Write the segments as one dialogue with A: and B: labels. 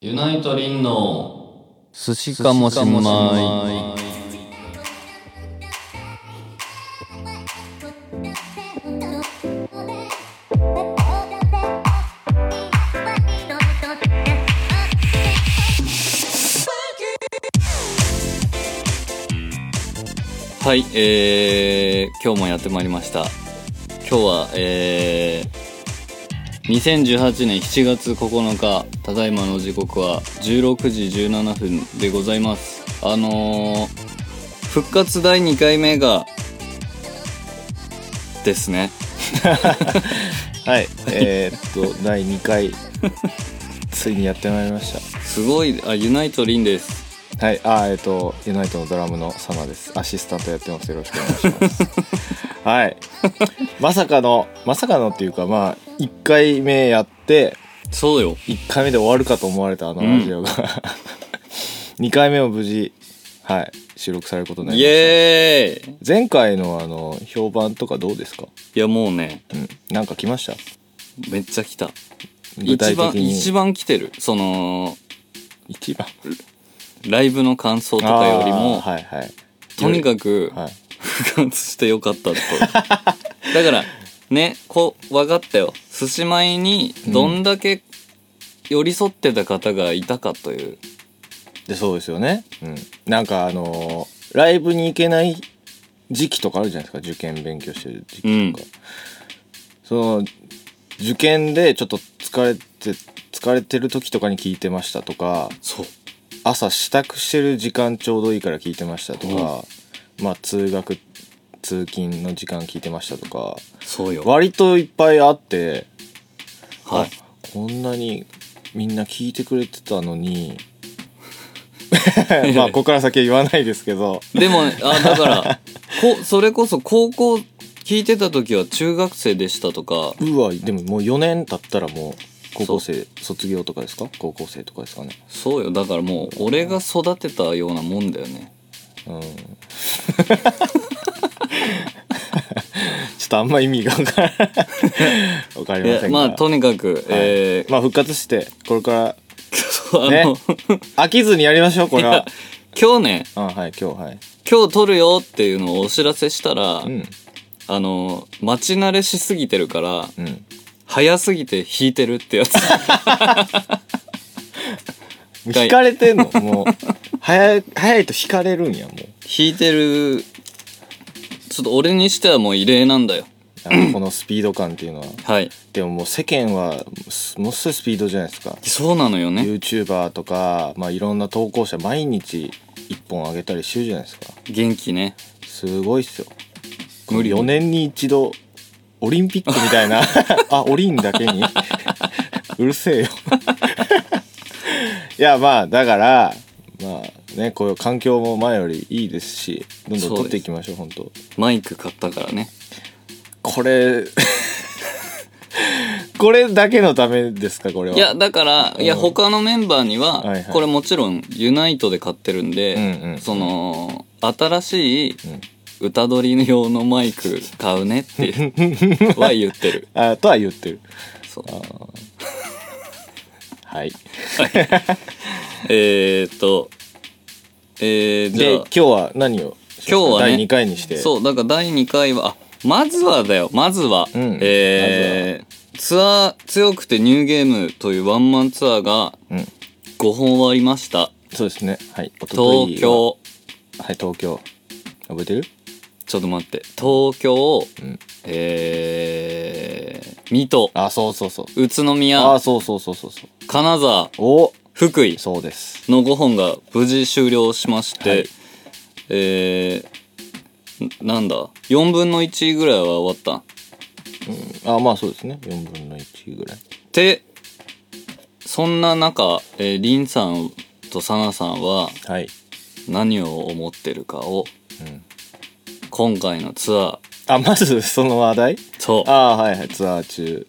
A: ユナイトリンの
B: 寿司かもしれないはいえー、今日もやってまいりました今日はえー、2018年7月9日ただいまの時刻は16時17分でございますあのー、復活第2回目がですね
C: はい、えー、っと第2回ついにやってまいりまし
B: すごいあユナイトリンです
C: たはいあーえーっとユナイトのドラムのサナですアシスタントやってますよろしくお願いしますはいまさかのまさかのっていうかまあ1回目やって
B: そうよ
C: 1回目で終わるかと思われたあの
B: うん
C: ラジ オが、2回目も無事はい収録されることになり
B: イ
C: ました
B: エーイ
C: 前回のあの評判とかどうですか、
B: いやもうね
C: うん、なんか来ました
B: めっちゃ来た
C: 具体的
B: 一番
C: に
B: 一番来てるその
C: 一番
B: ライブの感想とかよりも、
C: あーはいはい
B: とにかく
C: はい
B: 復活してよかったと だからねこう分かったよ寿司米にどんだけ寄り添ってた方がいたかという、
C: でそうですよね、うん、なんかあのーライブに行けない時期とかあるじゃないですか受験勉強してる時期とか、その受験でちょっと疲れて疲れてる時とかに聞いてましたとか
B: そう
C: 朝支度してる時間ちょうどいいから聞いてましたとか、まあ通学通勤の時間聞いてましたとか
B: そうよ
C: 割といっぱいあって
B: はい
C: こんなにみんな聞いてくれてたの にまあここから先は言わないですけど
B: でも、あ、だから、 こ、それこそ高校聞いてた時は中学生でしたとか、
C: うわでももう4年経ったらもう高校生卒業とかですか高校生とかです かね
B: そうよ。だからもう、俺が育てたようなもんだよね。
C: うんちょっとあんま意味が分 からない分かりませ
B: で
C: んが
B: まあ、とにかく、えー
C: まあ復活してこれから
B: そうあ
C: ね
B: の、
C: 飽きずにやりましょうこれ
B: いや
C: は
B: 今日ね、
C: あはい今日はい
B: 今日撮るよっていうのをお知らせしたら、
C: うん
B: あの、待ち慣れしすぎてるから、
C: うん
B: 早すぎて弾いてるって やつ。回
C: 引かれてんのもう早い早いと引かれるんやもう
B: 弾いてる、ちょっと俺にしてはもう異例なんだよ。
C: あのこのスピード感っていうのは
B: はい。
C: でももう世間はすものすごいスピードじゃないですか
B: そうなのよね。
C: YouTuber とか、まあ、いろんな投稿者毎日1本上げたりしてるじゃないですか
B: 元気ね。
C: すごいっすよ
B: 無理
C: 4年に一度オリンピックみた いなあオリンだけにうるせえよいやまあだからまあねこういう環境も前よりいいですしどんどん取っていきましょう本当
B: マイク買ったからね。
C: これ これだけのためですかこれはい
B: や、だから、いや、
C: うん
B: 他のメンバーには、
C: はいはい
B: これもちろん、ユナイトで買ってるんで、
C: うんうん
B: その、新しい
C: ん
B: 歌取り用のマイク買うねっ て、は言ってる。
C: あとは言ってる
B: そう。
C: はい
B: えーっと、えー、じゃ
C: で今
B: あ、
C: 日は何を
B: 今日はね
C: 第2回にして
B: そう、だから第2回は、あ、まずはだよ、まずは、
C: うん
B: えーツアー、強くてニューゲームというワンマンツアーが
C: うん、
B: 5本終わりました。
C: そうですねはいおととい
B: 東京。
C: はい東京覚えてる
B: ちょっと待って東京、
C: うん
B: えー、水戸
C: あそうそうそう
B: 宇都
C: あ
B: 宮
C: そうそうそうそうそう
B: 金沢
C: お
B: 福井
C: そうです
B: の5本が無事終了しまして、
C: はい
B: えー、んなんだ4分の1ぐらいは終わったっ
C: あまあそうですね4分の1ぐらい
B: てそんな中、えー、リンさんとサナさんは
C: はい、
B: 何を思ってるかを
C: うん、
B: 今回のツアー
C: あまずその話題
B: そう
C: あはいはいツアー中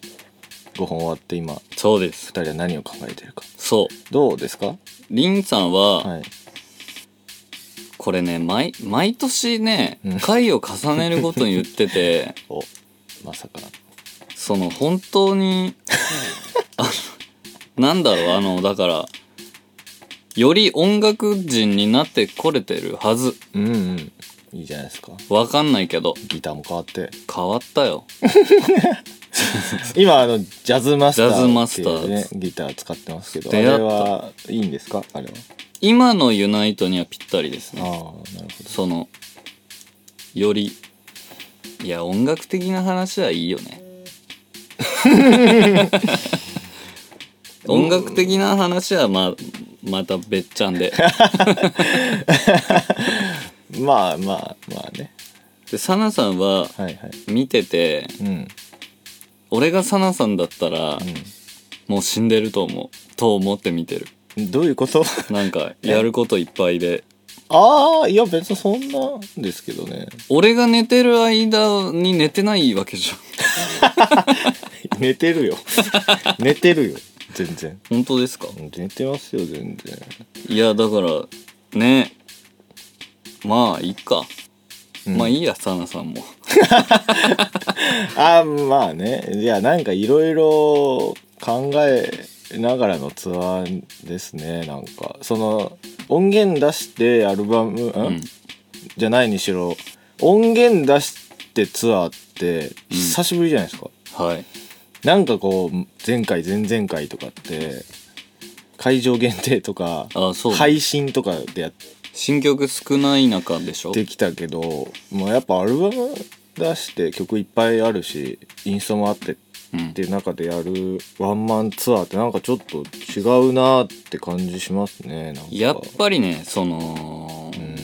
C: 5本終わって今2
B: そうです
C: 人は何を考えてるか
B: そう
C: どうですか
B: リンさんは、
C: はい
B: これね毎毎年ね
C: うん
B: 回を重ねるごとに言って て
C: おまさか
B: その本当にあのなんだろうあのだからより音楽人になってこれてるはず。
C: うんうんいいじゃないですか
B: わかんないけど、
C: ギターも変わって
B: 変わったよ。
C: 今あのジャズマスター
B: ジャズマスター
C: っていうねギター使ってますけどあ
B: 出会
C: れ
B: った
C: はいいんですかあれは
B: 今のユナイトにはぴったりです
C: ああ
B: ね。
C: なるほど
B: その、より、いや、音楽的な話はいいよね。音楽的な話はまあ、また別ちゃんで。
C: まあまあまあね
B: で、サナさんは
C: はいはい
B: 見てて、
C: うん
B: 俺がサナさんだったら、もう死んでると思う。と思って見てる。
C: うんどういうこと
B: なんか、やることいっぱいで。
C: ああいや別にそんなんですけどね
B: 俺が寝てる間に寝てないわけじゃん。
C: 寝て るよ寝てるよ全然
B: 本当ですか
C: 寝てますよ全然
B: いや、だから、ね。まあ、いいか。
C: うん
B: まあいいや、サナさんも。
C: あまあねいやなんかいろいろ考えながらのツアーですねなんかその音源出してアルバム、ん
B: うん。
C: じゃないにしろ音源出してツアーって久しぶりじゃないですか、
B: はい。
C: なんかこう前回前々回とかって会場限定とか
B: あ、そう。
C: 配信とかでやっ
B: 新曲少ない中でしょ
C: てきたけどもうやっぱアルバム出して曲いっぱいあるしインストもあって
B: うん
C: っ。て中でやるワンマンツアーってなんかちょっと違うなって感じしますねなんか
B: やっぱりね、その、
C: うん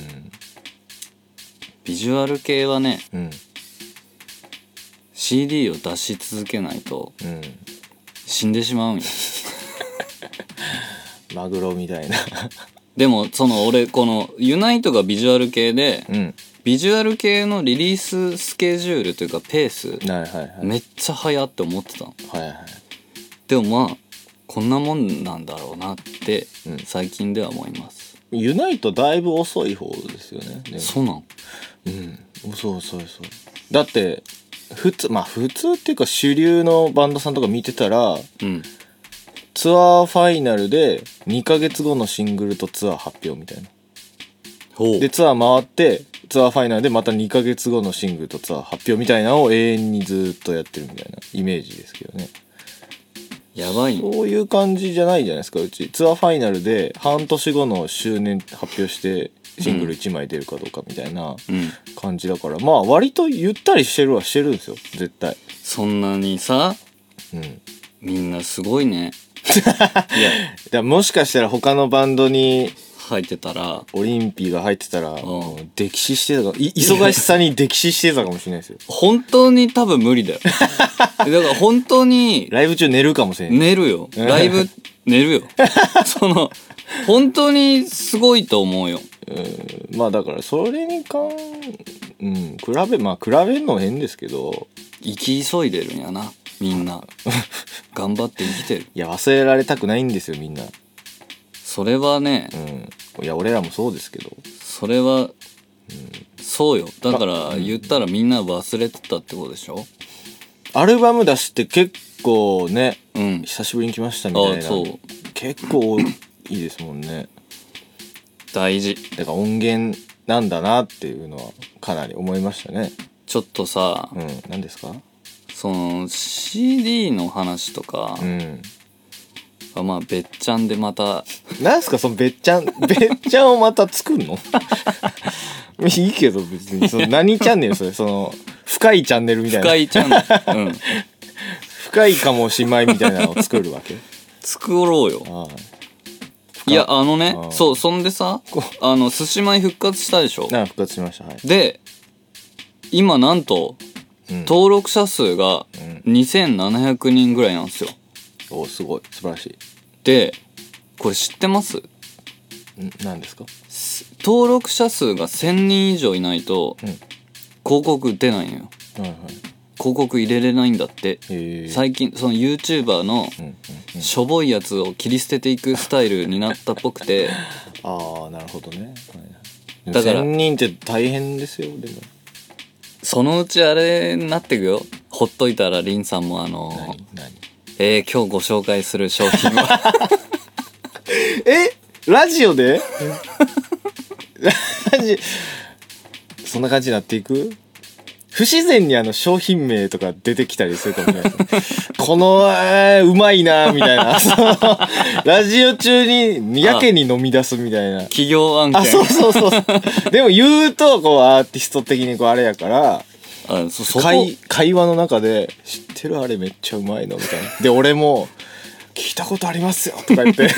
B: ビジュアル系はね、
C: うん
B: CD を出し続けないと
C: うん
B: 死んでしまうんよ。
C: マグロみた いな
B: でも、その俺、この、ユナイトがビジュアル系で、
C: うん
B: ビジュアル系のリリーススケジュールというかペース、
C: はいはいはい
B: めっちゃ早って思ってたの。
C: はいはい
B: でもまあ、こんなもんなんだろうなって
C: うん、
B: 最近では思います。
C: ユナイトだいぶ遅い方ですよねでも
B: そうなん
C: うんそうそうそうだって普通まあ普通っていうか主流のバンドさんとか見てたら
B: うん。
C: ツアーファイナルで2ヶ月後のシングルとツアー発表みたいな
B: ほ
C: でツアー回ってツアーファイナルでまた2ヶ月後のシングルとツアー発表みたいなのを永遠にずーっとやってるみたいなイメージですけどね
B: やばいね
C: そういう感じじゃないじゃないですかうちツアーファイナルで半年後の周年発表してシングル1枚出るかどうかみたいな
B: うん。
C: 感じだから、まあ割とゆったりしてるはしてるんですよ絶対
B: そんなにさ、
C: うん
B: みんなすごいね。いや、
C: だからもしかしたら他のバンドに
B: 入ってたら、
C: オリンピーが入ってたら、もう溺死してたかい
B: や
C: 忙しさに溺死してたかもしれないですよ
B: 本当に多分無理だ よ。だから本当に、
C: ライブ中寝るかもしれない、
B: 寝るよ。ライブ、寝るよ。その、本当にすごいと思うよ。
C: うんまあだからそれに関うん比べまあ比べんのも変ですけど
B: 生き急いでるんやな、みんな。頑張って生きてる。
C: いや忘れられたくないんですよみんな
B: それはね
C: う、んいや俺らもそうですけど
B: それは、そうよ。だから、言ったらみんな忘れてたってことでしょ
C: アルバム出しって結構ね
B: うん。
C: 久しぶりに来ましたみたい
B: あ、
C: な
B: そう。
C: 結構いいですもんね
B: 大事。
C: だから音源なんだなっていうのはかなり思いましたね
B: ちょっとさ、
C: うん何ですか
B: その CD の話とか
C: うん
B: はまあ別ちゃんでまた
C: なんすかそのべっちゃん べっちゃんをまた作んの いいけど別にその何チャンネルそれその深いチャンネルみたいな
B: 深いチャンネル、うん、
C: 深いかもしまいみたいなのを作る わけ
B: 作ろうよ
C: ああ
B: いやあのね
C: あー
B: そうそんでさ
C: こ
B: あの寿司米復活したでしょ
C: なんか復活しましたはい、
B: で今なんと
C: うん、
B: 登録者数が
C: うん
B: 2700人ぐらいなんですよ
C: おすごい素晴らし
B: でこれ知ってます
C: いん何ですか
B: 登録者数が1000人以上いないと
C: うん
B: 広告出ないのよ
C: はいはい
B: 広告入れれないんだって
C: へえ
B: 最近その YouTuber の
C: うんうんうん、
B: しょぼいやつを切り捨てていくスタイルになったっぽく て
C: ああなるほどね、はいはい、
B: だから
C: 1000人って大変ですよでも
B: そのうちあれになってくよほっといたらリンさんもあの
C: 何何
B: えー今日ご紹介する商品は
C: えラジオでラジそんな感じになっていく不自然にあの商品名とか出てきたりするかもしれないですね。この、えーうまいな、みたいな。そのラジオ中に、やけに飲み出すみたいな。
B: 企業案件
C: あ、そうそうそうそう。でも言うと、こう、アーティスト的にこう、あれやから、
B: あそそこ
C: 会会話の中で「知ってるあれめっちゃうまいの」み たいなで俺も「聞いたことありますよ」とか言って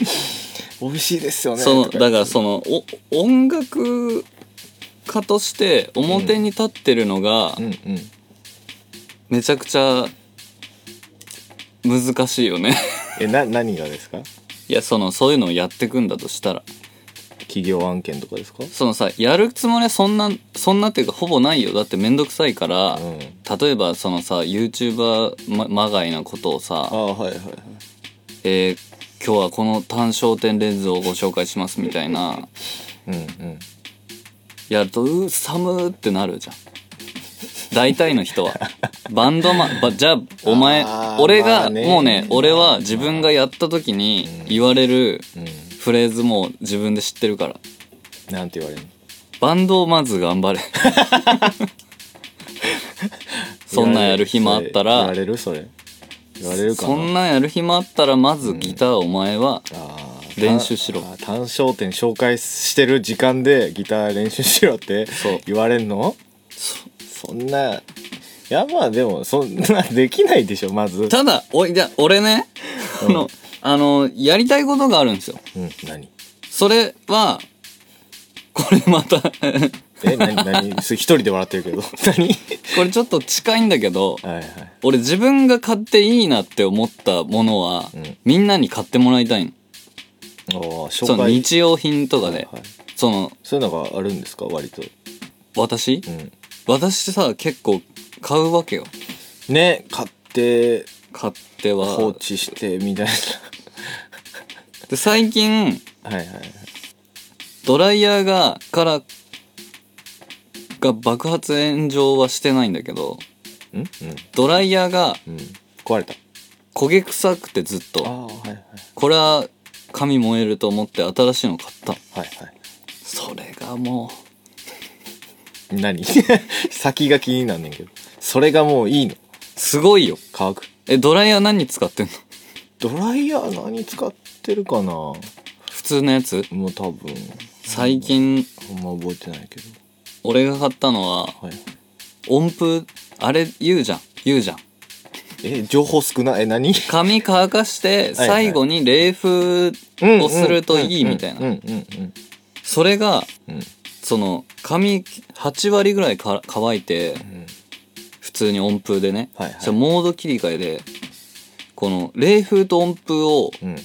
C: 「美味しいですよね」
B: その
C: とか
B: だからそのお音楽家として表に立ってるのが
C: うんうん
B: めちゃくちゃ難しいよね
C: えな何がですか
B: いやそのそういうのをやってくんだとしたら
C: 企業案件とかですか
B: そのさやるつもりはそんなそんなっていうかほぼないよだってめんどくさいから、
C: うん
B: 例えばそのさ YouTuber ままがいなことをさ
C: あはいはいはい
B: えー今日はこの単焦点レンズをご紹介しますみたいな
C: うんうん
B: やるとうー寒ーってなるじゃん大体の人はバンドマンばじゃあお前
C: あー
B: 俺
C: ま
B: が
C: あね
B: もうね俺は自分がやった時に言われる
C: うん
B: フレーズも自分で知ってるから
C: なんて言われるの
B: バンドをまず頑 張れそんなんやる暇あった
C: 言わ
B: ら
C: れるそれ言われるかな
B: そんなんやる暇あったらまずギターお前は
C: あー
B: 練習しろ
C: あー単焦点紹介してる時間でギター練習しろって
B: そう
C: 言われんのそんないやまあでもそんな できないでしょまず
B: ただおいじゃあ俺ねあのあのやりたいことがあるんですよ
C: うん何
B: それはこれまた こ
C: え何何 す一人で笑ってるけど 何
B: れちょっと近いんだけど
C: はいはい
B: 俺自分が買っていいなって思ったものは、
C: うん
B: みんなに買ってもらいたいの
C: おー紹介
B: その日用品とかで、
C: はい、
B: その
C: そういうのがあるんですか割と
B: 私、
C: うん
B: 私さ結構買うわけよ
C: ね買って
B: 買っては
C: 放置してみたい
B: で最近
C: な はいはいはい
B: ドライヤーがからが爆発炎上はしてないんだけど
C: うんうん
B: ドライヤーが
C: うん壊れた
B: 焦げ臭くてずっ
C: あ
B: と
C: あはいはい
B: これは髪燃えると思って新しいの買った
C: はいはい
B: それがもう
C: 何 先が気になんねんけどそれがもういいの
B: すごいよ
C: 乾く
B: えドライヤー何使ってんの
C: ドライヤー何使ってるかなも
B: 普通のやつ
C: う多分
B: 最近
C: あんま覚えてないけど
B: 俺が買ったのは
C: はい
B: 音符あれ言うじゃん言うじゃん
C: え情報少ないえ何
B: 髪乾かして
C: はい
B: 最後に冷風をするといいみたい
C: うんう
B: なん
C: うん
B: それが
C: うん
B: その髪8割ぐらいか乾いて
C: うん
B: 普通に音符でね、
C: はいはい
B: そしたらモード切り替えでこの冷風と音符を
C: うん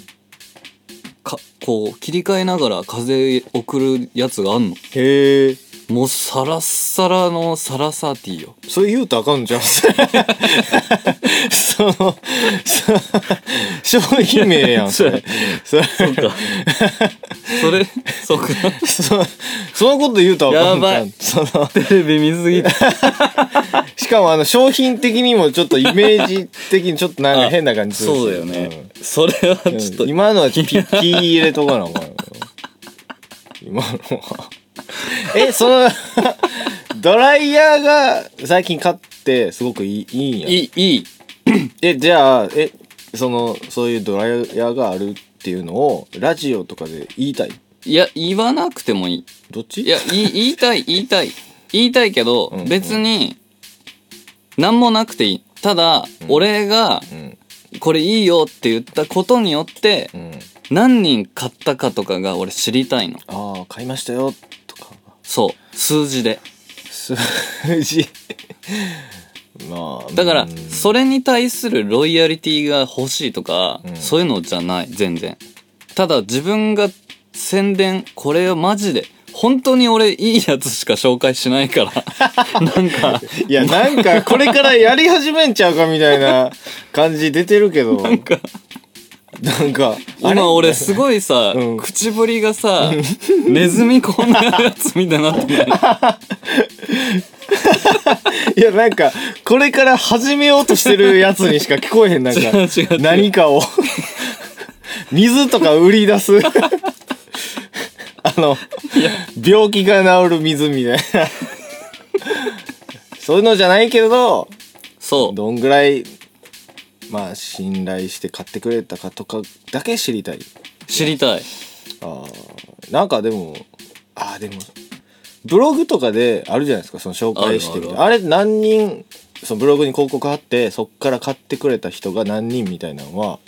B: かこう切り替えながら風送るやつがあんの
C: へえ
B: もうサラッサラのサラサーティーよ
C: それ言うとあかんじゃん その その商品名やんそれそれ
B: そうかそれそうか
C: そその こと言うとあかんじ
B: や
C: ゃ
B: ば
C: ん
B: い
C: その
B: テレビ見す ぎて
C: しかもあの商品的にもちょっとイメージ的にちょっとなんか変な感じするし
B: そうだよね、それは
C: うん
B: ちょっと
C: 今のはピッキー入れとかなお前今のはえその ドライヤーが最近買ってすごくいいいいんや
B: いいいい
C: えじゃあえそのそういうドライヤーがあるっていうのをラジオとかで言いたい
B: いや言わなくてもいい
C: どっち
B: いや言い言いたい言いたい言いたいけど
C: うんうん
B: 別に何もなくていいただ俺が
C: うん
B: これいいよって言ったことによって
C: うん
B: 何人買ったかとかが俺知りたいの
C: ああ買いましたよとか
B: そう数字です
C: 数字まあ
B: だから
C: うん
B: それに対するロイヤリティが欲しいとか、
C: うん
B: そういうのじゃない全然ただ自分が宣伝これはマジで本当に俺いいやつしか紹介しない からなんか
C: いや、なんか、これからやり始めんちゃうかみたいな感じ出てるけど。なんか、あれ
B: 今俺すごいさ、
C: うん
B: 口ぶりが さ、ネズミこんなやつみたいになってる
C: いや、なんか、これから始めようとしてるやつにしか聞こえへん、なんか、
B: 違う違う違う
C: 何かを。水とか売り出す。の病気が治る水みたいなそういうのじゃないけれど
B: そう
C: どんぐらいまあ信頼して買ってくれたかとかだけ知りたい
B: 知りたい
C: あーなんかでもあーでもブログとかであるじゃないですかその紹介してみたいなあれ何人そのブログに広告貼ってそっから買ってくれた人が何人みたいなのは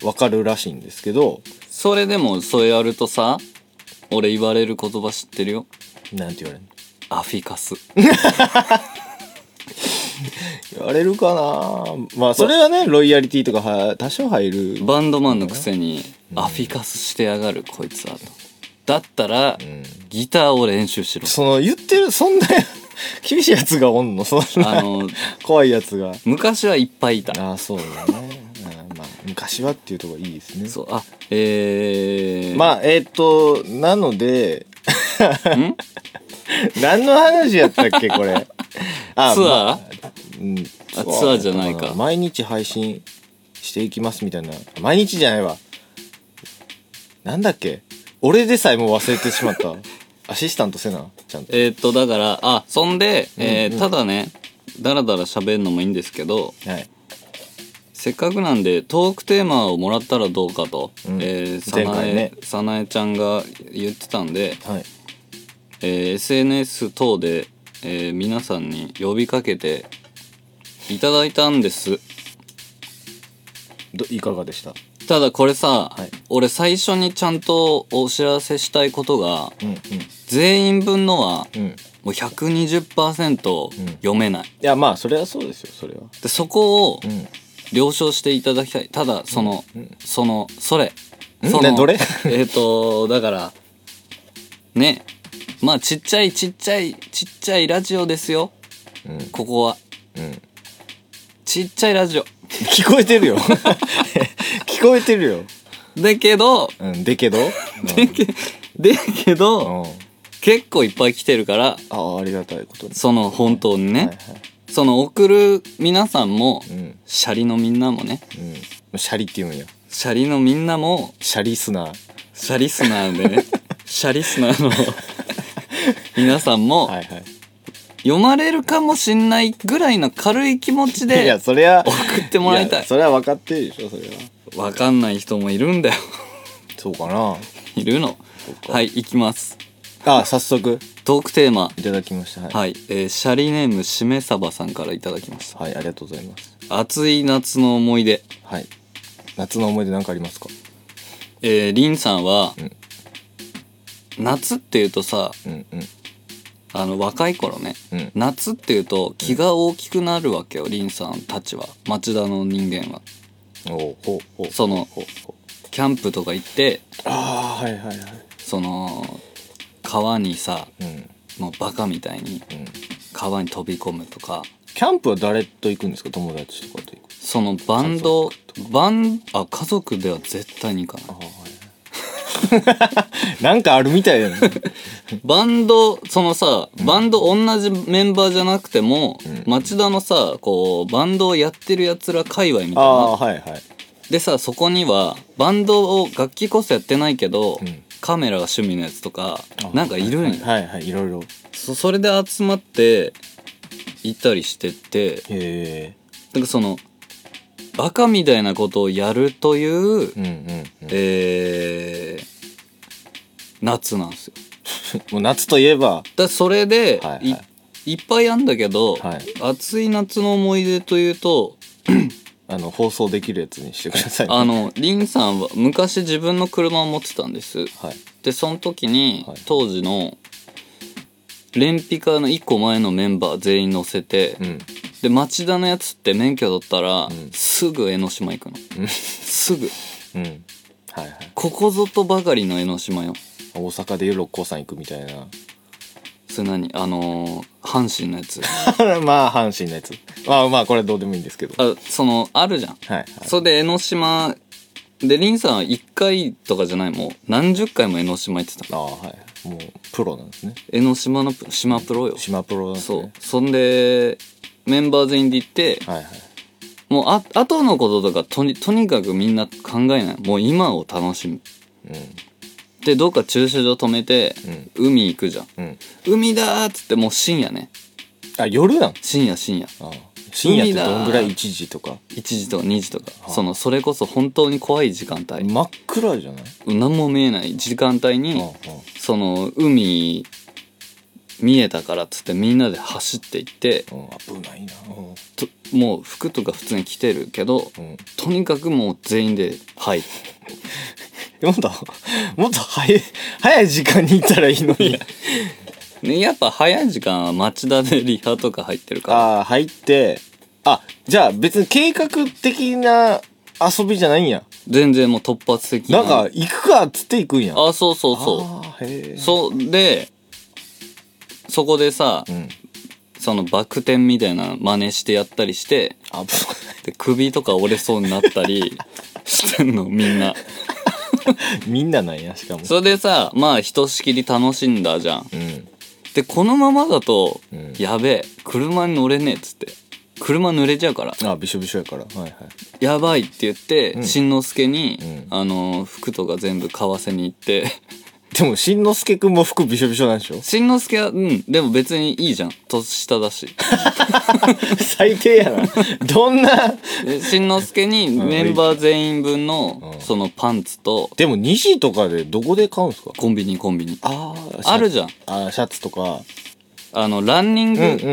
C: 分かるらしいんですけど
B: それでもそれやるとさ俺言われる言葉知ってるよ
C: なんて言われるの
B: アフィカス
C: 言われるかなまあそれはねロイヤリティとかは多少入る
B: バンドマンのくせにアフィカスしてやがるこいつはとだったらギターを練習 しろ
C: その言ってるそんな 厳しいやつがおんのそん
B: あ
C: な
B: の
C: 怖いやつが
B: 昔はいっぱいいた
C: ああそうだねうんまあ昔はっていうとこいいですね
B: そうあえー、
C: まあえっ、となので
B: ん
C: 何の話やったっけこれあ
B: ツアー、
C: まうん
B: あツアーじゃないか
C: 毎日配信していきますみたいな毎日じゃないわなんだっけ俺でさえもう忘れてしまった アシスタントせなちゃんと
B: えーっとだからあそんで、えー
C: うんうん
B: ただねだらだら喋るのもいいんですけど
C: はい
B: せっかくなんでトークテーマをもらったらどうかと、
C: うん
B: えーさ
C: 前
B: な
C: 回
B: え、
C: ね
B: さなえちゃんが言ってたんで、
C: はい
B: えー SNS 等で、えー皆さんに呼びかけていただいたんです
C: どいかがでした
B: ただこれさ、
C: はい
B: 俺最初にちゃんとお知らせしたいことが
C: うんうん
B: 全員分のは
C: うんい
B: もう120%読めない、
C: やまあそれはそうですよそれは
B: でそこを
C: うん
B: 了承していただきたいただその、
C: うん
B: そのそれ
C: ん
B: そ
C: ね
B: の
C: どれ
B: えっとだからねまあちっちゃいちっちゃいちっちゃいラジオですよ
C: うん
B: ここは
C: うん
B: ちっちゃいラジオ
C: 聞こえてる よ 聞こえてるよ
B: だけど
C: うんでけど
B: だけ だけ
C: う
B: ど
C: んうん
B: 結構いっぱい来てるから
C: ああありがたいことに
B: その本当にね、
C: はいはい
B: その送る皆さんも、
C: うん
B: シャリのみんなもね
C: うんシャリって言うんや
B: シャリのみんなも
C: シャリスナー
B: シャリスナーで ねシャリスナーの皆さんも、
C: はいはい
B: 読まれるかもしんないぐらいの軽い気持ち
C: いや
B: で
C: それは
B: 送ってもらいたい
C: やそれは分かってるでしょそれは
B: わかんない人もいるんだよ
C: そうか ない
B: るのはい行きます
C: あ早速
B: トークテーマ
C: いただきましたはい、
B: はい、えーシャリネームしめさばさんからいただきました
C: はいありがとうございます
B: 暑い夏の思い出
C: はい夏の思い出何かありますか
B: えー、リンさんは、
C: うん
B: 夏っていうとさ
C: うんうん
B: あの若い頃ね、
C: うん
B: 夏っていうと気が大きくなるわけよ、リンさんたちは町田の人間は
C: おうほうほう
B: その
C: ほうほう
B: キャンプとか行って
C: ああはいはいはい
B: その川にさ
C: うんう
B: もうバカみたいに
C: ん
B: 川に飛び込むとか
C: キャンプは誰と行くんですか友達とかと行く
B: そのバンドバンあ家族では絶対に行かない
C: ああはいなんかあるみたいだね
B: バンドそのさバンド同じメンバーじゃなくても、町田のさこうバンドをやってるやつら界隈みたい
C: ああ
B: な
C: はいはい
B: でさそこにはバンドを楽器こそやってないけど、
C: うん
B: カメラが趣味のやつとか
C: あ
B: なんかいるんよ、
C: はいはいいろいろ
B: そそれで集まって行ったりしてって
C: へえ
B: なんかそのバカみたいなことをやるという、
C: うんうんうん
B: えー夏なんですよ。
C: もう夏といえば
B: だそれで、
C: はいはい
B: いいっぱいあんだけど、
C: はい
B: 暑い夏の思い出というと
C: あの放送できるやつにしてくださいね、
B: あのリンさんは昔自分の車を持ってたんです
C: はい
B: でその時に、
C: はい
B: 当時の連ピカの1個前のメンバー全員乗せて、
C: うん
B: で町田のやつって免許取ったら、
C: ん
B: すぐ江ノ島行くの、すぐ
C: うんはいはい
B: ここぞとばかりの江ノ島よ
C: 大阪でいう六甲山行くみた いな
B: それ何あのー阪神のやつ
C: まあ阪神のやつまあまあこれどうでもいいんですけどはい
B: あそのあるじゃん
C: はい
B: それで江ノ島でリンさんは1回とかじゃないもう何十回も江ノ島行ってた
C: ああはいもうプロなんですね
B: 江ノ島のプ島プロよ、
C: 島プロなんです
B: そ
C: ね
B: うそんでメンバー全員で行って
C: はいはい
B: もうあ後のこととかとにとにかくみんな考えないもう今を楽しむ
C: うん
B: でどっか駐車場止めて、海行くじゃん
C: うん。
B: 海だーっつってもう深夜ね
C: あ、夜なん
B: 深夜深夜
C: あ深夜って
B: 海だ
C: どんぐらい ?1 時とか。
B: 1時とか2時とかそのそれこそ本当に怖い時間帯
C: 真っ暗じゃない
B: 何も見えない時間帯に、
C: あ
B: その海見えたからっつってみんなで走っていって
C: あ、うん、危ないな。う
B: ともう服とか普通に着てるけど、
C: ん。うん。
B: とにかくもう全員で「はい」
C: もっと、もっと早い、早い時間に行ったらいいのに。
B: ね、やっぱ早い時間は町田でリハとか入ってるから
C: ああ、入って、あ、じゃあ別に計画的な遊びじゃないんや。
B: 全然もう突発的
C: なんか、行くかっつって行くんや。
B: あそうそうそ
C: あーへえ
B: うそうでそこでさ、
C: うん。
B: そのバク転みたいな真似してやったりして
C: 危ない。
B: で首とか折れそうになったりしてんのみんな
C: みんななんや、しかも。
B: それでさまあひとしきり楽しんだじゃん
C: うん。
B: でこのままだと、
C: うん
B: やべえ車に乗れねえっつって車濡れちゃうから
C: あ、びしょびしょやから。はいはい。
B: やばいって言って、
C: うん
B: しんのすけに、
C: うん
B: あの服とか全部買わせに行って
C: でも、しんのすけくんも服びしょびしょなんでしょ
B: しんのすけはうんでも別にいいじゃん年下だし
C: 最低やな。 どんな。
B: でしんのすけに
C: うん
B: メンバー全員分の、
C: うん
B: そのパンツと
C: でも、2時とかでどこで買うんすか
B: コンビニコンビニ
C: あーシャ
B: あるじゃん
C: あーシャツとか。
B: あのランニン
C: う
B: グ、
C: んうんうんう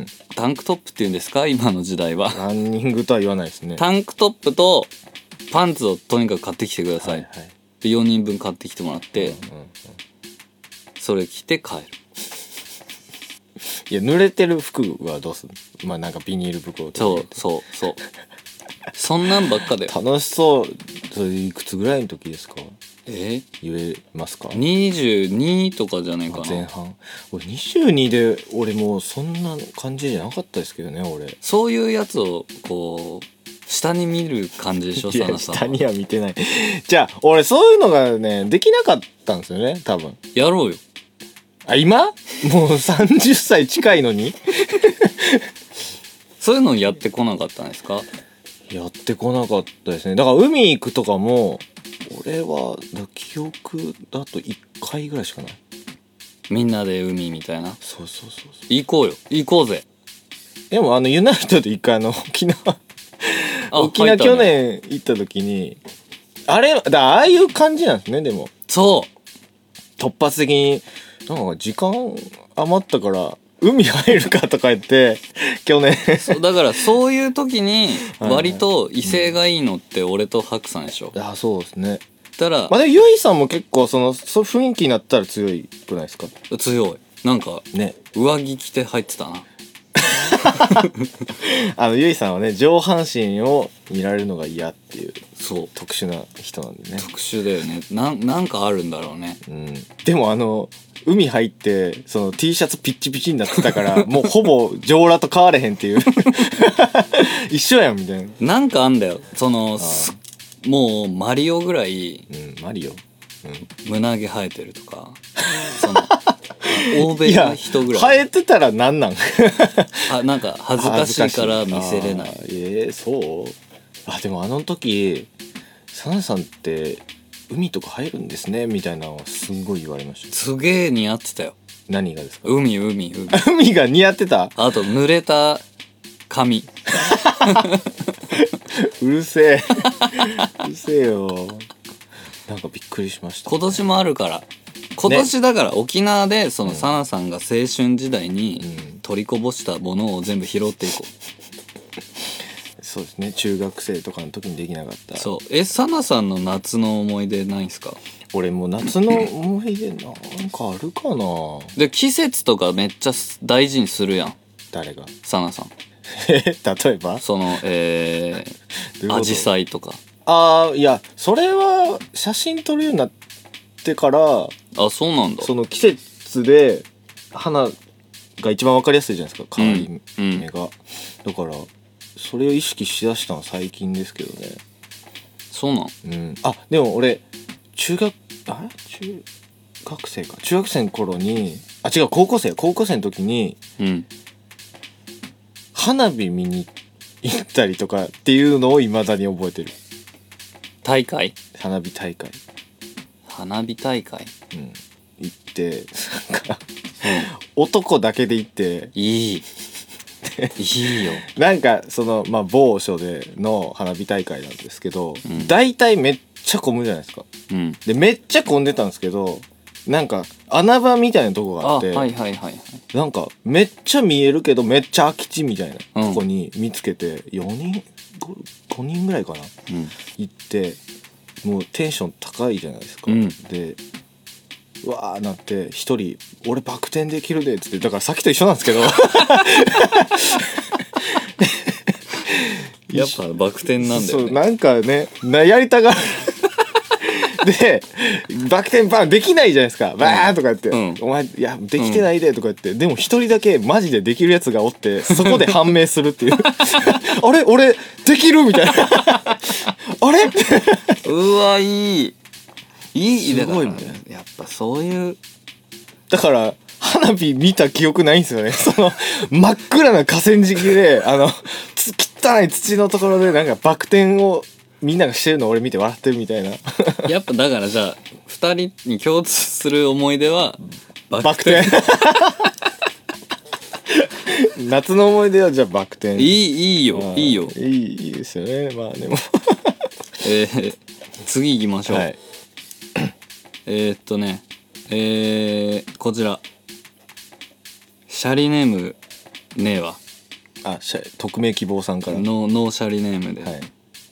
C: ん。
B: タンクトップっていうんですか今の時代は
C: ランニングとは言わないですね。
B: タンクトップとパンツをとにかく買ってきてください、
C: はい。
B: で4人分買ってきてもらって、
C: うん
B: それ着て帰る
C: いや、濡れてる服はどうすんのまあ、なんかビニール袋と
B: そう
C: か。
B: そうそうそんなんばっかだよ
C: 楽しそう。それ、いくつぐらいの時ですか
B: え
C: 言えますか
B: 22とかじゃないか
C: 前
B: な
C: 半。俺、22で、俺もうそんな感じじゃなかったですけどね、俺。
B: そういうやつをこう下に見る感じでしょ
C: い
B: サ
C: や
B: ナさ
C: 下
B: んは
C: には見てないじゃあ俺そういうのがねできなかったんですよね多分
B: やろうよ
C: あ今もう30歳近いのに
B: そういうのやってこなかったんですか
C: やってこなかったですねだから海行くとかも俺はだ記憶だと1回ぐらいしかない
B: みんなで海みたいな
C: そうそうそうそ
B: 行こうよ行こうぜ
C: うでもあのユナイトで1回あの沖縄
B: あ
C: 沖
B: 入
C: 縄
B: った
C: 去
B: ね
C: 年行った時にあれだああいう感じなんですねでも
B: そう
C: 突発的になんか時間余ったから海入るかとか言って 去年
B: そうだ からそういう時に
C: はいはい
B: 割と威勢がいいのって俺とハクさんでしょ
C: あそうですね
B: たら
C: まあでもゆいさんも結構そのそう雰囲気になったら強いくないですか
B: 強いなんか
C: ね
B: 上着着て入ってたな
C: あのゆいさんはね上半身を見られるのが嫌っていう
B: そう
C: 特殊な人なんでね、
B: 特殊だよねなんなんかあるんだろうね
C: うん、でもあの海入ってその T シャツピッチピチになってたから もうほぼ上裸と変われへんっていう 一緒やんみたいな
B: なんかあんだよそのすもうマリオぐらい
C: うんマリオ
B: 胸毛生えてると かその欧米
C: いや
B: の人ぐら
C: 生
B: い
C: えてたらなんなん
B: はなんか恥ずかしいから見せれな
C: あ
B: い
C: ーえーそうあでもあの時サナさんって海とか入るんですねみたいなのをすんごい言われました
B: すげえ似合ってたよ
C: 何がですか
B: 海海海
C: 海が似合ってた
B: あと濡れた髪
C: うる せえうるせえよなんかびっくりしました
B: 今年もあるから今年だから沖縄でそのサナさんが青春時代
C: う
B: に
C: ん
B: 取りこぼしたものを全部拾っていこ
C: そうですね中学生とかの時にできなかっ
B: う
C: た
B: そうえサナさんの夏の思い出ないんすか
C: 俺もう夏の思い出なんかあるかな
B: で季節とかめっちゃ大事にするやん
C: 誰が
B: サナさん
C: 例えば
B: そのえ
C: どうい
B: ー
C: うこと
B: アジサイとか
C: ああいやそれは写真撮るようになってから
B: あそうなんだ
C: その季節で花が一番わかりやすいじゃないですか
B: う
C: 変わり
B: んうん
C: 目が、だからそれを意識しだしたのは最近ですけどね
B: そうなん
C: うんあでも俺中学あれ中学生か中学生の頃にあ違う高校生高校生の時に
B: うん
C: 花火見に行ったりとかっていうのを未だに覚えてる
B: 大会
C: 花火大会
B: 花火大会
C: うん、行ってなんか男だけで行って
B: い いいいよ
C: なんかその、まあ、某所での花火大会なんですけど、
B: うん
C: 大体めっちゃ混むじゃないですか
B: うん
C: でめっちゃ混んでたんですけどなんか穴場みたいなとこがあ
B: あ
C: って
B: はいはいはいはい
C: なんかめっちゃ見えるけどめっちゃ空き地みたいな
B: うん
C: とこに見つけて、4人 5, 人ぐらいかな
B: うん
C: 行ってもうテンション高いじゃないですか、
B: うん
C: でうわーなって一人「俺バク転できるで」っつってだからさっきと一緒なんですけど
B: やっぱバク転なんだ
C: そ
B: よ
C: う
B: ね
C: なんかねなやりた がるでバク転バンできないじゃないですかバーンとかやって「
B: うん
C: お前いやできてないで」とか言って、でも一人だけマジでできるやつがおってそこで判明す るっていうあれ俺できるみたいな あれ
B: うわいいいいだから
C: すごいみたい
B: やっぱそういう
C: だから花火見た記憶ないんですよねその真っ暗な河川敷であのつ汚い土のところでなんかバク転をみんながしてるのを俺見て笑ってるみたいな
B: やっぱだからじゃあ2人に共通する思い出はバ
C: バク 転夏の思い出はじゃあバク転
B: い
C: い
B: いいいよいいよ
C: いいいいですよねまあでも
B: えー、次行きましょう、
C: はい
B: えー、っとねえー、こちらシャリネームねえわ
C: あしゃ匿名希望さんから
B: ノーノーシャリネームで、
C: はい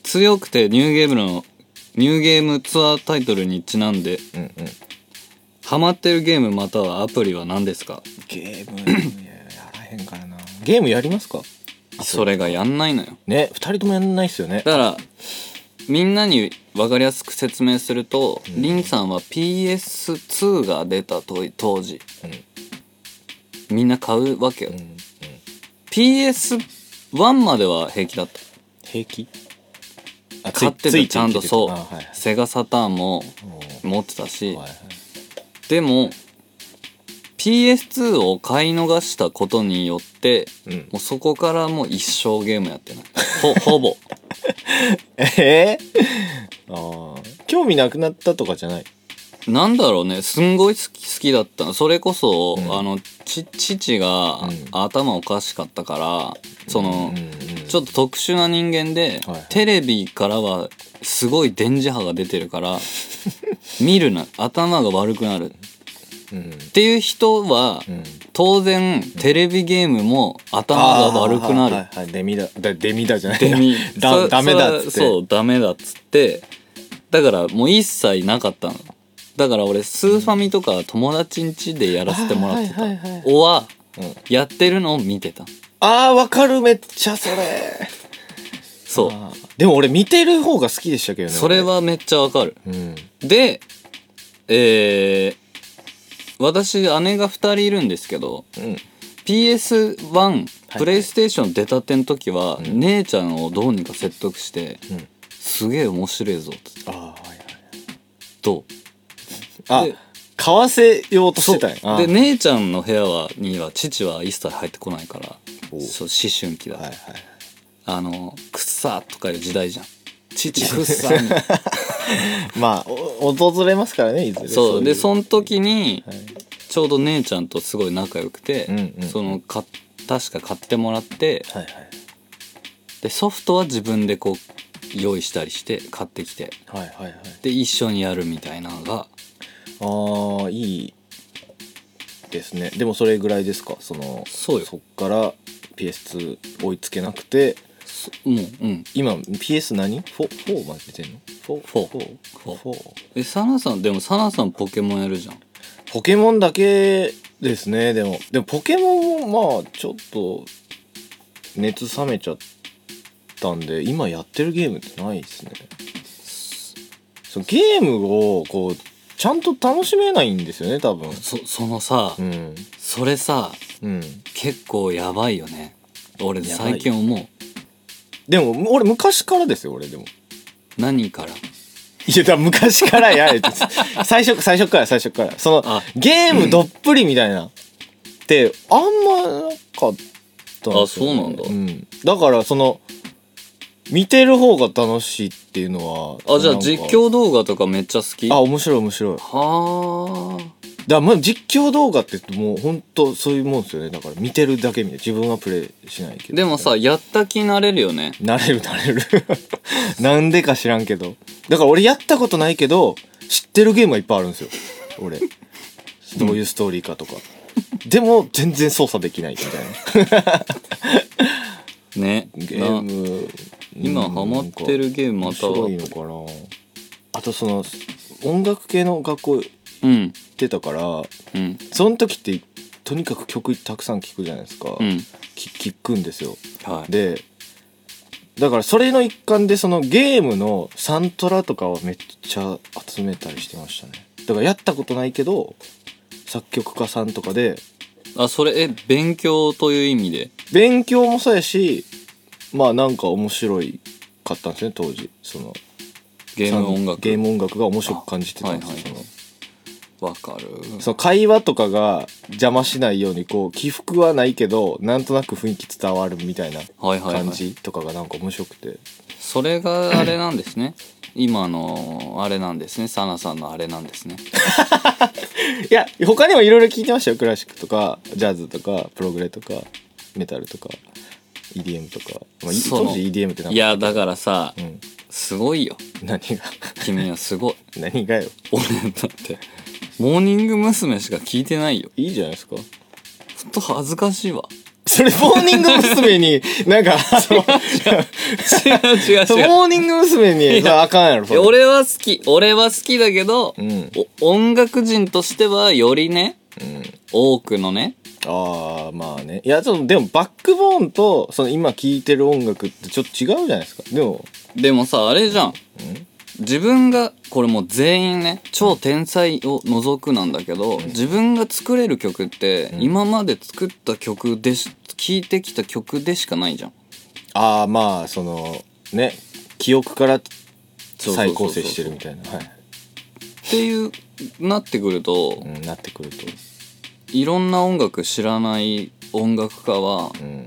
B: 強くてニューゲームのニューゲームツアータイトルにちなんで
C: うんうん
B: ハマってるゲームまたはアプリは何ですか
C: ゲームいややらへんからなゲームやりますか
B: それがやんないのよ
C: ね二人ともやんないっすよね
B: だからみんなに分かりやすく説明すると、
C: ん
B: リンさんは PS2 が出たと当時、みんな買うわけよ、
C: うんうん
B: PS1 までは平気だった
C: 平気あ
B: 買って
C: つ
B: た
C: い
B: ちゃんとそう、
C: ついてきてたあはいはい
B: セガサターンも
C: お
B: 持ってたし、
C: ーはいはい
B: でも PS2 を買い逃したことによって、
C: うん
B: もうそこからもう一生ゲームやってないほほぼ
C: えー、 あー興味なくなったとかじゃない
B: なんだろうねすんごい好き好きだったのそれこそ、
C: うん
B: あのち父が、
C: うん
B: 頭おかしかったからその、ちょ
C: っ
B: っと特殊な人間で、
C: はいはい
B: テレビからはすごい電磁波が出てるから 見るな頭が悪くなるっ
C: と、うん
B: ていう人は、
C: うん、
B: 当然テレビゲームも頭が悪くな
C: あーは
B: る
C: いはい、デミだだデミだじゃない
B: デミ
C: だ
B: そ
C: ダメだっつって
B: そそうダメだっつってだからもう一切なかったのだから俺スーファミとか友達ん家でやらせてもらってた
C: あーはいはいはい
B: おは
C: うん
B: やってるのを見てた
C: あーわかるめっちゃそれ
B: そう
C: あーでも俺見てる方が好きでしたけどね
B: それ
C: 俺
B: はめっちゃわかる
C: うん
B: でえー、私姉が2人いるんですけど
C: うん
B: PS1
C: い
B: プレイステーション出たての時は、姉ちゃんをどうにか説得して
C: うん
B: 「すげえ面白いぞ」って
C: あーはいはい
B: どう
C: あ
B: で
C: 買わせようとしてたんや
B: そう
C: あ
B: で
C: ー
B: 姉ちゃんの部屋はには父は一切入ってこないから
C: お
B: そう思春期だ、
C: はいはい
B: あの「くっさ」とかいう時代じゃん父くっさ みたい
C: まあお訪れますからねいずれ
B: なそう
C: い
B: でその時に
C: はい
B: ちょうど姉ちゃんとすごい仲良くて、
C: うんうん
B: そのか確か買ってもらって
C: はいはい
B: でソフトは自分でこう用意したりして買ってきて
C: はいはいはい
B: で一緒にやるみたいなのが
C: ああいいですねでもそれぐらいですかその
B: そうよ
C: っから PS2 追いつけなくて
B: そもううん
C: 今 PS 何 ?4 まで出てんの ?4
B: 4
C: 4 4
B: えサナさんでもサナさんポケモンやるじゃん
C: ポケモンだけですねでもでもポケモンもまあちょっと熱冷めちゃったんで今やってるゲームってないですねそのゲームをこうちゃんと楽しめないんですよね多分
B: そそのさ、
C: うん
B: それさ
C: うん
B: 結構やばいよね俺
C: やばい
B: 最近思う
C: でも俺昔からですよ俺でも
B: 何から
C: いやだから昔からやれて 最初最初から最初からその
B: あ
C: ゲームどっぷりみたいなってあんまなかったんですよね
B: あそうなんだ
C: うん、だからその見てる方が楽しいっていうのは
B: あ、じゃあ
C: なんか
B: 実況動画とかめっちゃ好き
C: あ
B: は
C: 面白い面白いだか
B: あ。
C: らまあ実況動画ってもう本当そういうもんですよねだから見てるだけみたいな自分はプレイしないけど
B: でもさ、やった気になれるよね。
C: なれるなれる なんでか知らんけどだから俺やったことないけど知ってるゲームはいっぱいあるんですよ俺どういうストーリーかとかでも全然操作できないみたいな
B: ね。
C: ゲ
B: な
C: ーム
B: 今
C: うん
B: ハマってるゲームまた
C: 面白いのかなあとその音楽系の学校行
B: うん。
C: ってたから
B: うん。
C: その時ってとにかく曲たくさん聴くじゃないですか、
B: うん。
C: き聴くんですよ
B: はい。
C: でだからそれの一環でそのゲームのサントラとかをめっちゃ集めたりしてましたねだからやったことないけど作曲家さんとかで
B: あ、それ、え、勉強という意味で。
C: 勉強もそうやしまあなんか面白いかったんですね当時その
B: ゲーム音
C: さん
B: 楽。
C: ゲーム音楽が面白く感じてたんです
B: あはいはい
C: その
B: わかる。
C: その会話とかが邪魔しないようにこう起伏はないけどなんとなく雰囲気伝わるみたいな
B: はいはい
C: 感
B: はい。
C: じとかがなんか面白くて、
B: それがあれなんですね。今の、あれなんですね。サナさんのあれなんですね。
C: いや他にもいろいろ聞いてましたよクラシックとかジャズとかプログレとかメタルとか EDM とか、まあ、い
B: その
C: 当時 EDM ってなん
B: い
C: か
B: や、だからさ、
C: うん、
B: すごいよ。
C: 何が
B: 君はすごい。
C: 何がよ
B: 俺だって、モーニング娘。しか聞いてないよ。
C: いいじゃないですか
B: ちょっと恥ずかしいわ。
C: それモーニング娘。にな んかあの
B: 違う違う
C: その
B: 違う。
C: モーニング娘。にそれあかんやろそ
B: い
C: れ
B: や俺は好き。俺は好きだけど、
C: うん
B: お音楽人としてはよりね、
C: うん
B: 多くのね、
C: ああまあねいやちょっとでもバックボーンとその今聴いてる音楽ってちょっと違うじゃないですかでも
B: でもさ、あれじゃん。自分が、これもう全員ね、超天才を除くなんだけど、自分が作れる曲って、今まで作った曲でし、聴いてきた曲でしかないじゃん。
C: ああまあそのね記憶から
B: そうそうそうそう
C: 再構成してるみたいなはい、
B: っていう、なってくると
C: う、ん、なってくると
B: いろんな音楽知らない音楽家は、
C: うん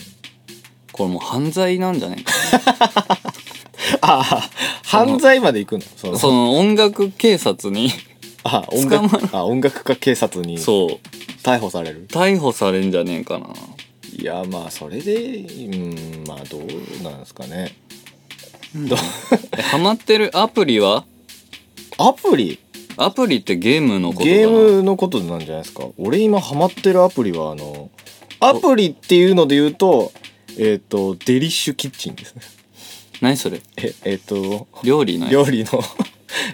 B: これもう犯罪なんじゃないか。
C: あ あ犯罪まで行くの その
B: その音楽警察に、
C: あ音楽あ音楽家警察に
B: そう、
C: 逮捕される
B: 逮捕されんじゃねえかな。
C: いやまあそれでうんまあどうなんですかね
B: えハマってるアプリは
C: アプリ
B: アプリってゲームのことかな
C: ゲームのことなんじゃないですか俺今ハマってるアプリはあのアプリっていうので言うとえっ、とデリッシュキッチンですね
B: 何それ
C: ええっ、と
B: 料理ない
C: 料理の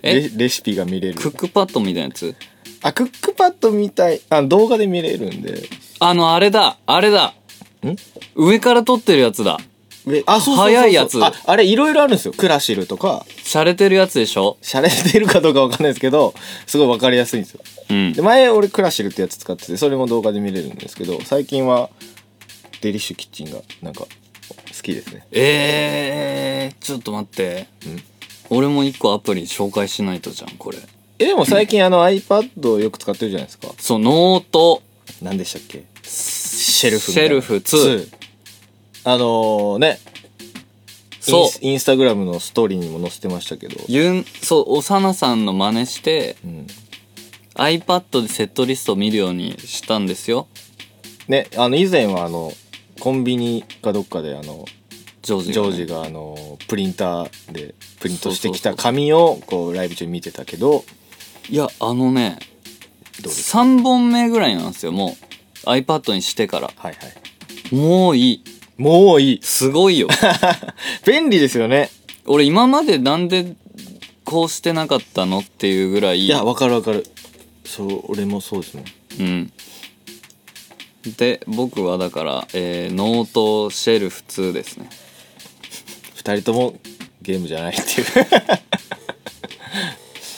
B: え
C: レレシピが見れる
B: クックパッドみたいなやつ
C: あクックパッドみたいあ動画で見れるんで
B: あの、あれだあれだ
C: ん
B: 上から撮ってるやつだ
C: えあそうそうそうそう
B: 早いやつ
C: ああれいろいろあるんですよクラシルとか
B: 洒落てるやつでしょ
C: 洒落てるかどうかわかんないですけどすごいわかりやすいんですよ
B: うん
C: で。前俺クラシルってやつ使っててそれも動画で見れるんですけど最近はデリッシュキッチンがなんか好きですね
B: えー、ちょっと待って。俺も一個アプリ紹介しないとじゃん、これ。
C: えでも最近あの iPad をよく使ってるじゃないですか
B: そう、ノート、
C: 何でしたっけシェルフみ
B: シ
C: たい
B: ェ
C: な
B: ルフ2。
C: 2あのーね
B: そう
C: インスインスタグラムのストーリーにも載せてましたけど、
B: ユン、そう、おさなさんの真似して、
C: うん、
B: iPad でセットリストを見るようにしたんですよ。
C: ねあの以前はあのコンビニかどっかであの
B: ジョージ
C: ジ
B: が
C: ョ
B: ね
C: ージがあのプリンターでプリントしてき
B: そ
C: た
B: うそう
C: 紙をこうライブ中に見てたけど
B: いや、あのね、
C: どうです
B: 3本目ぐらいなんですよ、もう。iPad にしてから。
C: はいはい
B: もういい。
C: もういい
B: すご いよ。
C: 便利ですよね
B: 俺今までなんでこうしてなかったのっていうぐらい。
C: いやわかるわかるそう俺もそうですもん
B: うん。で、僕はだから、えー、ノートシェル普通ですね。
C: 二人ともゲームじゃないっていう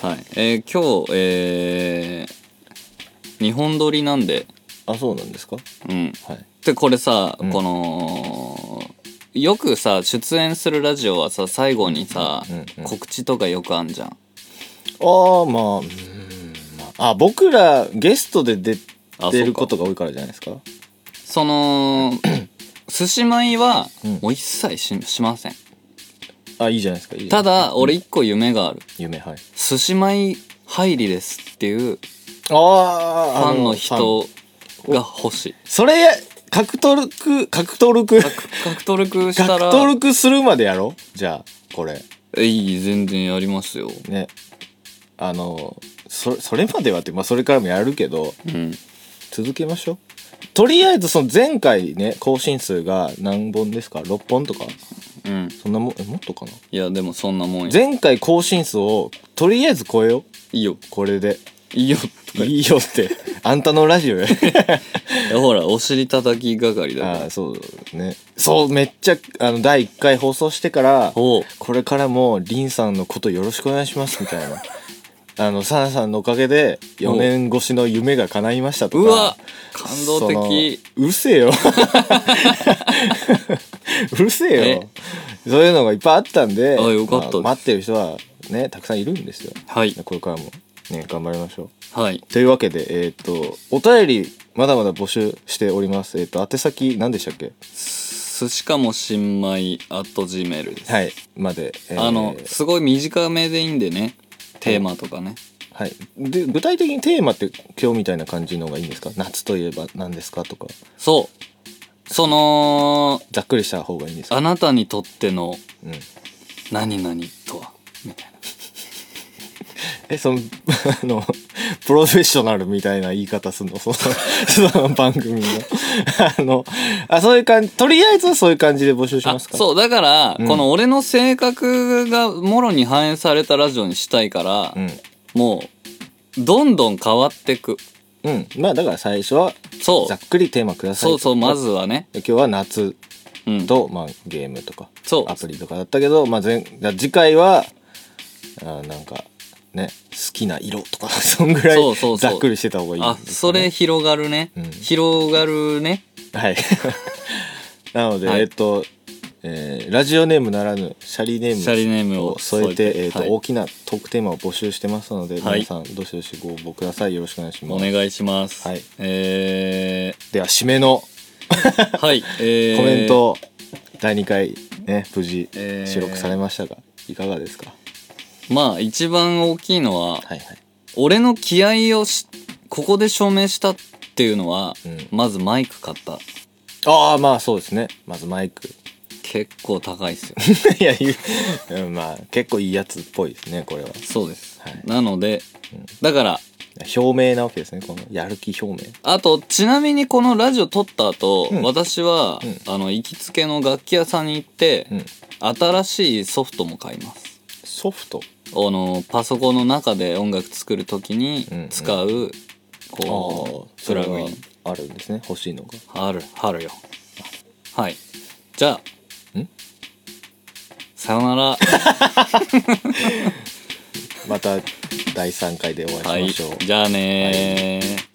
B: はい。えー、今日、えー、日本撮りなんで、
C: あそうなんですか
B: うん。
C: はい
B: で、これさ、
C: ん
B: この、よくさ、出演するラジオはさ、最後にさ、
C: うんうん
B: 告知とかよくあんじゃん。
C: ああまあうーんまああ僕らゲストで出
B: あ
C: て
B: そう
C: る
B: か
C: ことが多いからじゃないですか
B: その、寿司米は
C: うん、
B: もう一切ししません。
C: あいいじゃないですかいいじゃ
B: た
C: ない
B: だ俺一個夢がある
C: 夢はい
B: 寿司米入りですっていう
C: ああ
B: ファンの
C: ファン
B: 人が欲しい
C: それ格闘力格闘力
B: 格格闘力した
C: 格
B: ら
C: 闘力するまでやろうじゃあこれ
B: えいい全然やりますよ
C: ねあのそそれまではって、まあ、それからもやるけど
B: うん
C: 続けましょうとりあえずその前回ね更新数が何本ですか6本とか
B: うん
C: そんなもんえもっとかない
B: やでもそんなもんや
C: 前回更新数をとりあえず超えよう
B: いいよ
C: これで
B: いいよ
C: いいよ ってあんたのラジオや
B: いやほらお尻叩き係だから
C: ああそうねそうめっちゃあの第1回放送してから
B: おう
C: これからもリンさんのことよろしくお願いしますみたいな あのサナさんのおかげで4年越しの夢が叶いましたとか
B: うわ感動的
C: そのうるせえよ うるせえよそういうのがいっぱいあったんで
B: あよかったです
C: 待ってる人はねたくさんいるんですよ
B: はい
C: これからもね頑張りましょう
B: はい
C: というわけでえっ、とお便りまだまだ募集しておりますえっ、と宛先何でしたっけ
B: 寿司かも新米 at gmail です、
C: はいまで、えー
B: あのすごい短めでいいんでねテーマとかね
C: はい、で具体的にテーマって今日みたいな感じのがいいんですか夏といえば何ですかとか
B: そうその
C: ざっくりした方がいいんですか、
B: あなたにとっての
C: うん、
B: 何々とはみたいな
C: えその あのプロフェッショナルみたいな言い方すんの そのその番組の あのあそういう感じとりあえずはそういう感じで募集し
B: あ
C: ますか
B: そうだから、
C: うん
B: この俺の性格がもろに反映されたラジオにしたいから、
C: うん、
B: もうどんどん変わってく
C: うん、まあだから最初は
B: そう
C: ざっくりテーマください
B: そうそうまずはね、
C: で今日は夏
B: うん、
C: と、まあ、ゲームとか
B: そう
C: アプリとかだったけど、まあ、前だ次回はあーなんかね好きな色とか そんぐら
B: そうそうそ
C: いうざっくりしてた方がいい
B: あ
C: です
B: そ
C: か
B: れ
C: ね、
B: 広がるね、
C: うん
B: 広がるね
C: はい なので、
B: はい
C: えっと、えーラジオネームならぬシャリネーム
B: シャリネームを
C: 添えて
B: 添えて
C: えっと
B: はい
C: 大きなトークテーマを募集してますので、
B: はい
C: 皆さんどしどしご応募くださいよろしくお願いし
B: お
C: ます
B: 願いします、
C: はい
B: え
C: では締めの
B: ー、はい、えー、
C: コメント、第2回ね無事
B: えー
C: 収録されましたが、いかがですか
B: まあ一番大きいのは、
C: はいはい
B: 俺の気合をしここで証明したっていうのは、
C: うん
B: まずマイク買った
C: ああまあそうですねまずマイク
B: 結構高いっすよ
C: いや言う、うん、まあ結構いいやつっぽいですねこれは
B: そうです、
C: はい
B: なので、
C: うん
B: だから
C: 表明なわけですねこのやる気表明
B: あとちなみにこのラジオ撮った後、
C: うん
B: 私は、
C: うん
B: あの行きつけの楽器屋さんに行って、
C: うん
B: 新しいソフトも買います
C: ソフト
B: あのパソコンの中で音楽作る時に
C: うんうん
B: 使う、こうプ
C: それ
B: ラグイ
C: は
B: ン
C: あるんですね欲しいのが
B: あるあるよはいじゃあ
C: ん
B: さよなら
C: また第3回でお会い
B: はい
C: しましょう、
B: じゃあねー